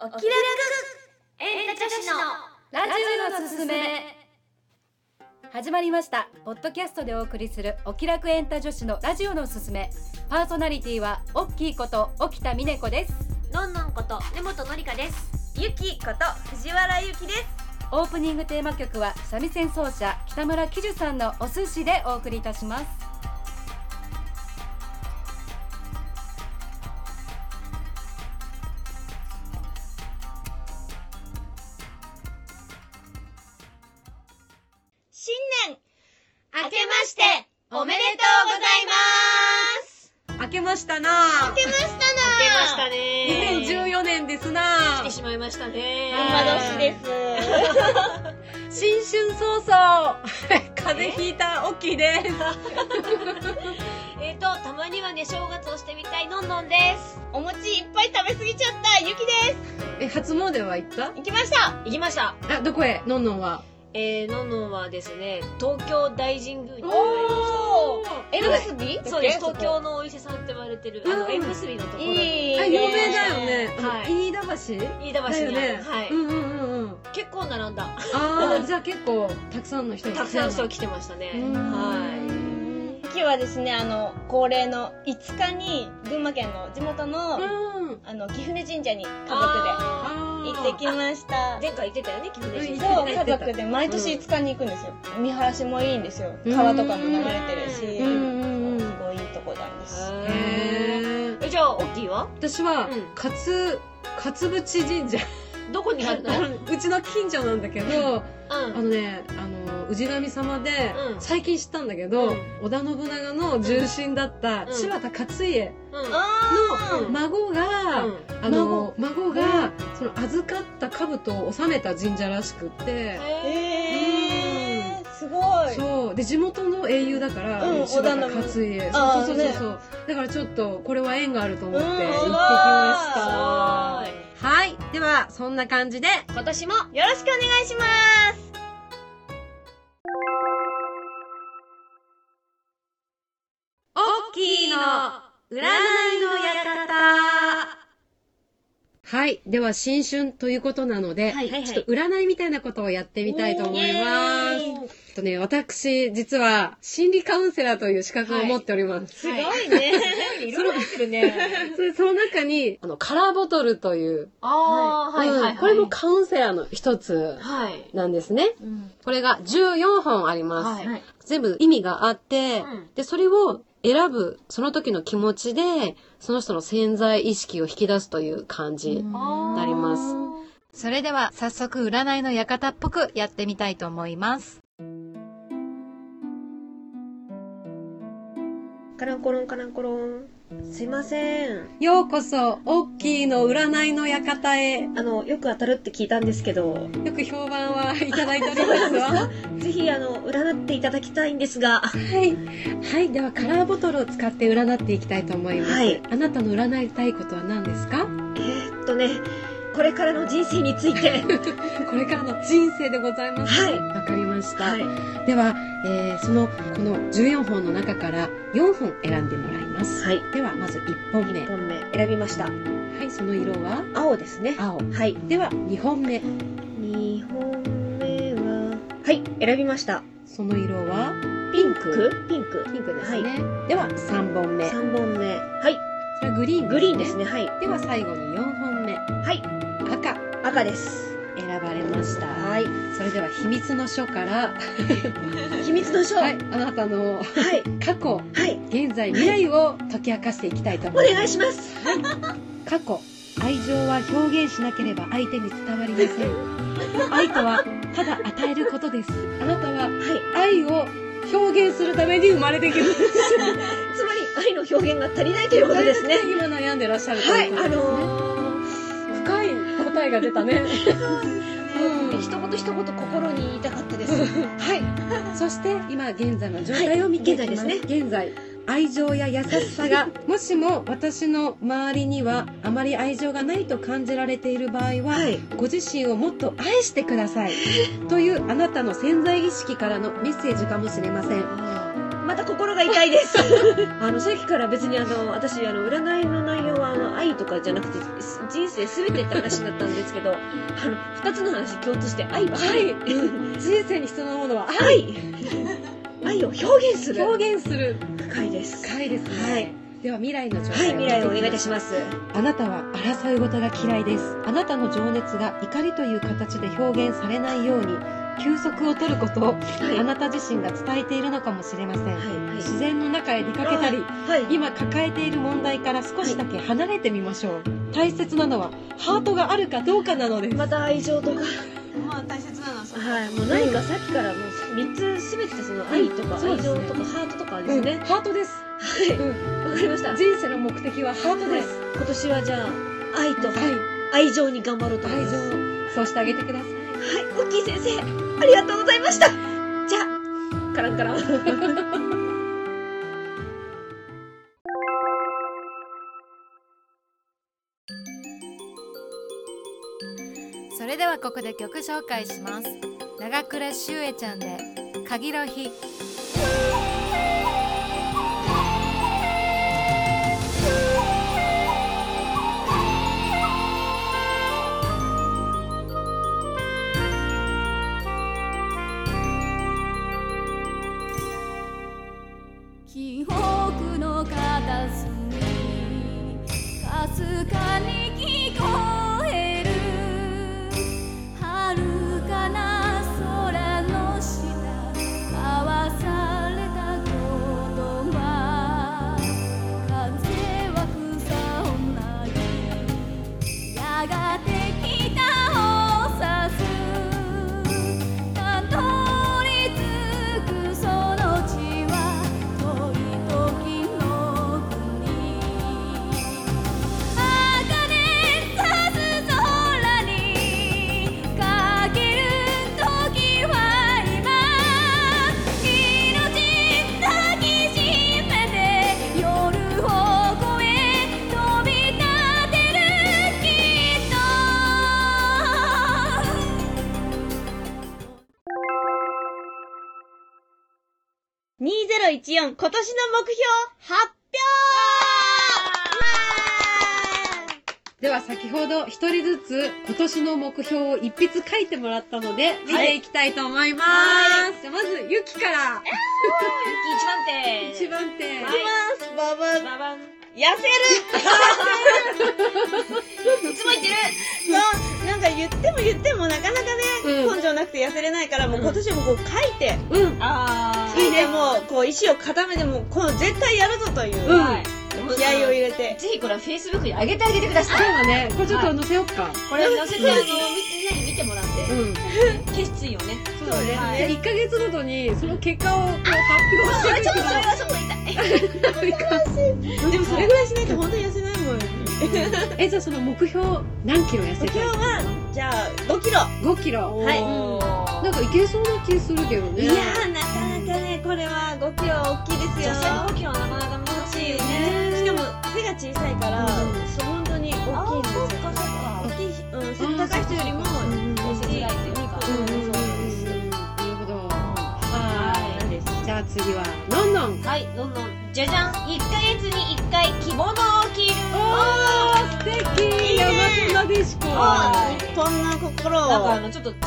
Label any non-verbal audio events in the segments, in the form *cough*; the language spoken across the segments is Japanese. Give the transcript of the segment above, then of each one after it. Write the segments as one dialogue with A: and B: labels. A: おきらくエンタ女子の
B: ラジオのすすめ始まりましたポッドキャストでお送りするお気楽エンタ女子のラジオのすすめパーソナリティはおっきいこと沖田美音子です
A: のんのんこと根本のりかです
C: ゆきこと藤原ゆきです
B: オープニングテーマ曲は三味線奏者北村喜寿さんのお寿司でお送りいたします
C: 新年明けましておめでとうございます
D: 明けましたな
C: 明けましたな
A: 出ましたね
D: 2014年です
A: 来
D: な
A: てしまいましたね
C: 馬年です
D: 新春早々風邪ひいたオッキーです
A: えっとたまにはね正月をしてみたいのんのんで
C: お餅いっぱい食べ過ぎちゃったゆきです
D: え、初詣は行った
C: 行きました
A: す行きました
D: あ、どこへのんのんは
A: えー、のんのんはですね東京大神宮に行
D: お
C: 縁結び
A: そうです東京のお伊勢さんって言われてるあの
D: うん
A: 縁結びのところに
C: いい
D: あ、有名だよね
A: は
D: あ
A: い
D: 飯田橋
A: 飯田
D: だ
A: 橋
D: よ
A: にある、
D: ね
A: はい、
D: うんうんうんうん
A: 結構並んだ
D: あー、じゃあ結構たくさんの人が
A: たくさんの人が来てましたねはい
D: い
C: ゆきはですねあの恒例の5日に群馬県の地元の、
D: うん
C: あの岐船神社に家族
D: あ
A: あ
C: で
D: ー
C: 行ってきました
A: ー前回行ってたよね君
D: うん行
A: ね
D: っ
C: そう
D: 行
C: 家
D: ってた
C: 族で毎年5日に行くんですよ、見晴らしもいいんですよ
D: うん
C: 川とかも流れてるしそ
D: うんうんうん
C: うすごいいいとこなんです
D: へ
A: へー
D: ー
A: えじゃあオッキーは
D: 私は
A: うん
D: かつかつぶち神社 *laughs*
A: どこにあるの
D: うちの近所なんだけど
A: う
D: あのね、あの、氏神様で、
A: うん
D: 最近知ったんだけど、
A: うん
D: 織田信長の重臣だった、
A: うん
D: 柴田勝家
A: う
C: あ
A: うん
C: ー
D: 孫が、
A: んうん
D: あの、孫が、その預かった兜を納めた神社らしくって、
A: へ
C: えー、すごい
D: そう。で、地元の英雄だから、
C: うん
D: 柴田勝家。
C: 織
D: そ
C: 田
D: う
C: 信
D: そうそうそう。だからちょっと、これは縁があると思って、行ってきました。
A: すごい
D: はい。では、そんな感じで、
A: 今年も
C: よろしくお願いします
D: オッキーの占いの館はい。では、新春ということなので、
A: はいはいはい
D: ちょっと占いみたいなことをやってみたいと思います。えっとね、私、実は、心理カウンセラーという資格を持っております。
A: *laughs* すごい
C: いねいろいろ入ってるね
D: それその中に、あの、カラーボトルという、
A: あーはいはいは
D: う
A: い
D: んこれもカウンセラーの一つ
A: はい
D: なんですね。これが14本あります。
A: はいはい
D: 全部意味があって、
A: うん
D: で、それを選ぶ、その時の気持ちで、その人の潜在意識を引き出すという感じ。
A: な
D: ります
B: それでは早速占いの館っぽくやってみたいと思います
A: カランコロンカランコロンすいません
D: ようこそ、オッキーの占いの館へ。よ
A: あのよく当たるって聞いたんですけど
D: く評判はいただいておりますわ。は
A: ぜひあの占っていただきたいんですが
D: い。はい。では、カラーボトルを使って占っていきたいと思います。
A: はい
D: あなたの占いたいことは何ですか
A: えーっとねこれからの人生について *laughs*
D: これからの人生でございます。
A: はい
D: わかりました。
A: はいは
D: では、えーその、この14本の中から4本選んでもらいます。
A: い
D: ではまず1本目
A: 1本目選びました
D: はいその色は
A: 青ですね
D: 青
A: はい
D: では2本目
A: 2本目ははい選びました
D: その色は
A: ピンクピンク
D: ピンクですね、では3本目そ
A: 3本目はい
D: れはグリーン、
A: グリーンですねはい
D: では最後に4本目
A: はい
D: 赤
A: 赤です
D: 選ばれました、
A: はい
D: それでは秘密の書から
A: 秘密の書
D: は
A: はい
D: あ
A: い
D: なたの
A: はい、
D: 過去現在未来を解き明かしていきたいと
A: お
D: 思います
A: 願いします
D: 過去愛情は表現しなければ相手に伝わりません愛とはただ与えることですあなたは
A: はい
D: 愛を表現するために生まれてきまし
A: つまり愛の表現が足りないということですね
D: 今悩んでらっしゃると
A: はいいう
D: こと
A: あ
D: ですね、
A: のー
D: 深い答えが出たね
A: うん一言一言心に言いたかったですはい
D: そして今現在の状態を見ていきます,、
A: はい
D: 現在愛情や優しさ
A: *laughs*
D: がもしも私の周りにはあまり愛情がないと感じられている場合は、
A: はい
D: ご自身をもっと愛してくださいというあなたの潜在意識からのメッセージかもしれません
E: また心が痛いです *laughs* あのさっきから別にあの私あの占いの内容はあの愛とかじゃなくて人生全てって話になったんですけどあの2つの話共通して愛ばかり、
D: 人生に必要なものは
E: 愛愛を表現する
D: 表現する
E: 深いです
D: 深いですね、
E: はい、
D: では未来の情
E: はい、未来をお願いいたします
D: あなたは争い事が嫌いですあなたの情熱が怒りという形で表現されないように休息を取ることを
E: はい
D: あなた自身が伝えているのかもしれません、
E: はい
D: 自然の中へ出かけたり
E: はいはい
D: 今抱えている問題から少しだけ離れてみましょう大切なのはハートがあるかどうかなのです
E: また愛情とか
C: まあ大切なのはそ
E: はい、もう何かさっきからもう3つすべてその愛とか
D: うん
E: 愛
D: そう
E: 情
D: ですね
E: とかハートとかです
D: うん
E: ね。
D: ハートです、
E: はい、
D: うん
E: わかりました。はい
D: 人生の目的はハートです、
E: 今年はじゃあ愛と
D: はい
E: 愛情に頑張ろうと思い
D: 愛
E: ます。
D: 情
E: はい、
D: そうしてあげてください
E: オッキー先生、ありがとうございました。じゃあ、カランカラン。
B: それではここで曲紹介します長倉修恵ちゃんで「かぎろひ」記憶の片隅かすかに聞こえる遥かな空の下交わされた言葉風は草をなぎやがて北を指すたどり着くその地は遠い時の国「あかねさす空にかける時は今」「命抱きしめて夜を越え飛び立てるきっと」
C: 2014今年の目標発表
D: では先ほど一人ずつ今年の目標を一筆書いてもらったので見ていきたいと思います。じゃあまずゆきから
A: ゆき
D: 一
A: 一番
D: 番手、
C: ババ
A: 手。
C: ン
A: ババン。
C: 痩せるいつも言ってるそうなんか言っても言ってもなかなかね、
D: うん
C: 根性なくて痩せれないからもう今年もこう書いて、
D: うん
A: あ
C: 書いてもうこう意志を固めてもうこの絶対やるぞという、
D: うん
A: ー。
C: 気合を入れて
A: ぜひこれは Facebook に上げてあげてくだ
D: そう
A: さい。
D: だね。これちょっと載せよっか。
A: これ載せて、あの、みんなに見てもらって。
D: うん。
A: 決意をね。
D: そうだね。じゃ
A: は
D: あ
A: い
D: 1ヶ月ごとにその結果をこう発
C: そ
D: 表
C: れ
D: し
C: ち
D: て
C: ょ
D: い
C: っと
D: く
C: それはちょっと痛い
D: と
C: でもそれぐらいしないと本当に痩せないもん
D: え、じゃあその目標何キロ痩せ
C: 目
D: た
C: 標
D: い
C: はじゃあ5キロ
D: ?5 キロ。
C: はい
A: お
D: なんかいけそうな気するけどね。
C: いやーなかなかねこれは5キロは大きいですよ
A: 女性の動きはなかなか難しいよね。
C: しかも背が小さいから、そう本当に大きいんですよ
A: あーそっかそっか
C: 大きい、うん、背の高い人よりも
A: 見せづらいっていうか。
D: うんうんうんうんうん。なるほど。
A: は
D: はい。じゃあ次は、のんのん。
A: はい、どんどん。じゃじゃん !1 ヶ月に1回着物を着る
D: おー素敵山島でしこ
A: は
C: 日本の心を
A: なんかあの、ちょっと違う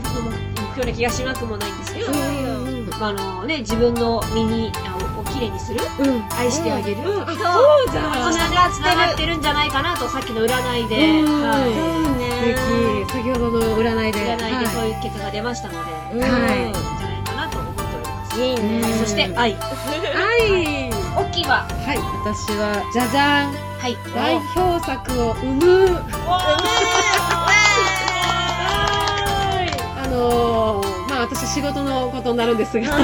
A: 服も行くような気がしなくもないんですけど、
D: うんうん
A: まああのね、自分の身にあををきれいにする
D: うん
A: 愛してあげる、
D: うんあ
A: そう
D: そうじゃん
A: それが繋がってるんじゃないかなと、さっきの占いで、
D: うん
A: はい
C: そうね
D: 素敵先ほどの占いで
A: 占いでそう
D: はい
A: いう結果が出ましたので、
D: はい
A: うんじゃないかなと思っております。
C: いいね
D: うん
A: そして
D: は
A: 愛。
D: い
A: オッキーは、
D: はい私はじゃじゃん
A: はい、
D: 代表作を生むあのーまあ私仕事のことになるんですが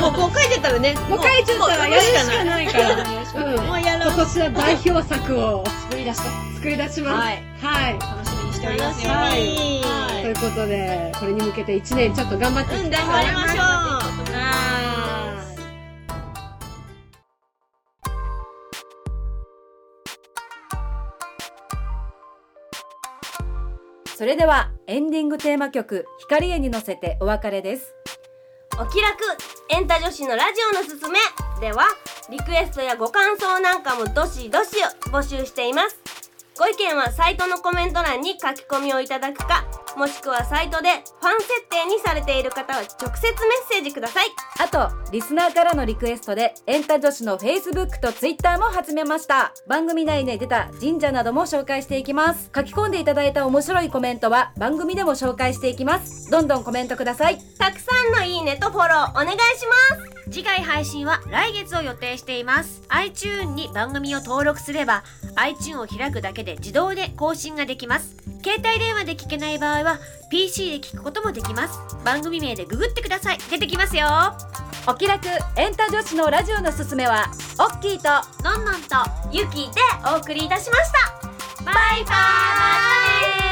C: もうこう書いてたらね
D: もう書いちゃったらやるしかないから
A: よろしくお願
D: う
A: いし
D: ん
A: ます
C: もうやろ
D: 今
C: う
D: 年は代表作を
A: 作り出しと
D: 作り出します
A: はい
D: はい
A: 楽しみにしておりま
C: 楽
A: す
C: し
A: よ。
C: み
D: と
A: はい
D: いうことでこれに向けて1年ちょっと頑張っていき
C: うん
D: たい
C: 頑
D: と
C: 張
D: 思い
C: り
D: ます
C: ましょう
B: それではエンディングテーマ曲「光絵」に乗せてお別れです
A: お気楽
C: エンタ女子のラジオのすすめ」ではリクエストやご感想なんかもどしどしを募集していますご意見はサイトのコメント欄に書き込みをいただくかもしくはサイトでファン設定にされている方は直接メッセージください
B: あと、リスナーからのリクエストで、エンタ女子の Facebook と Twitter も始めました。番組内で出た神社なども紹介していきます。書き込んでいただいた面白いコメントは、番組でも紹介していきます。どんどんコメントください。
C: たくさんのいいねとフォローお願いします
F: 次回配信は来月を予定しています iTune に番組を登録すれば iTune を開くだけで自動で更新ができます携帯電話で聞けない場合は PC で聞くこともできます番組名でググってください出てきますよ
B: お気楽、エンタ女子のラジオのすすめは、オッキーと、
F: のんのんと
C: ゆきでお送りいたしましたバイバイ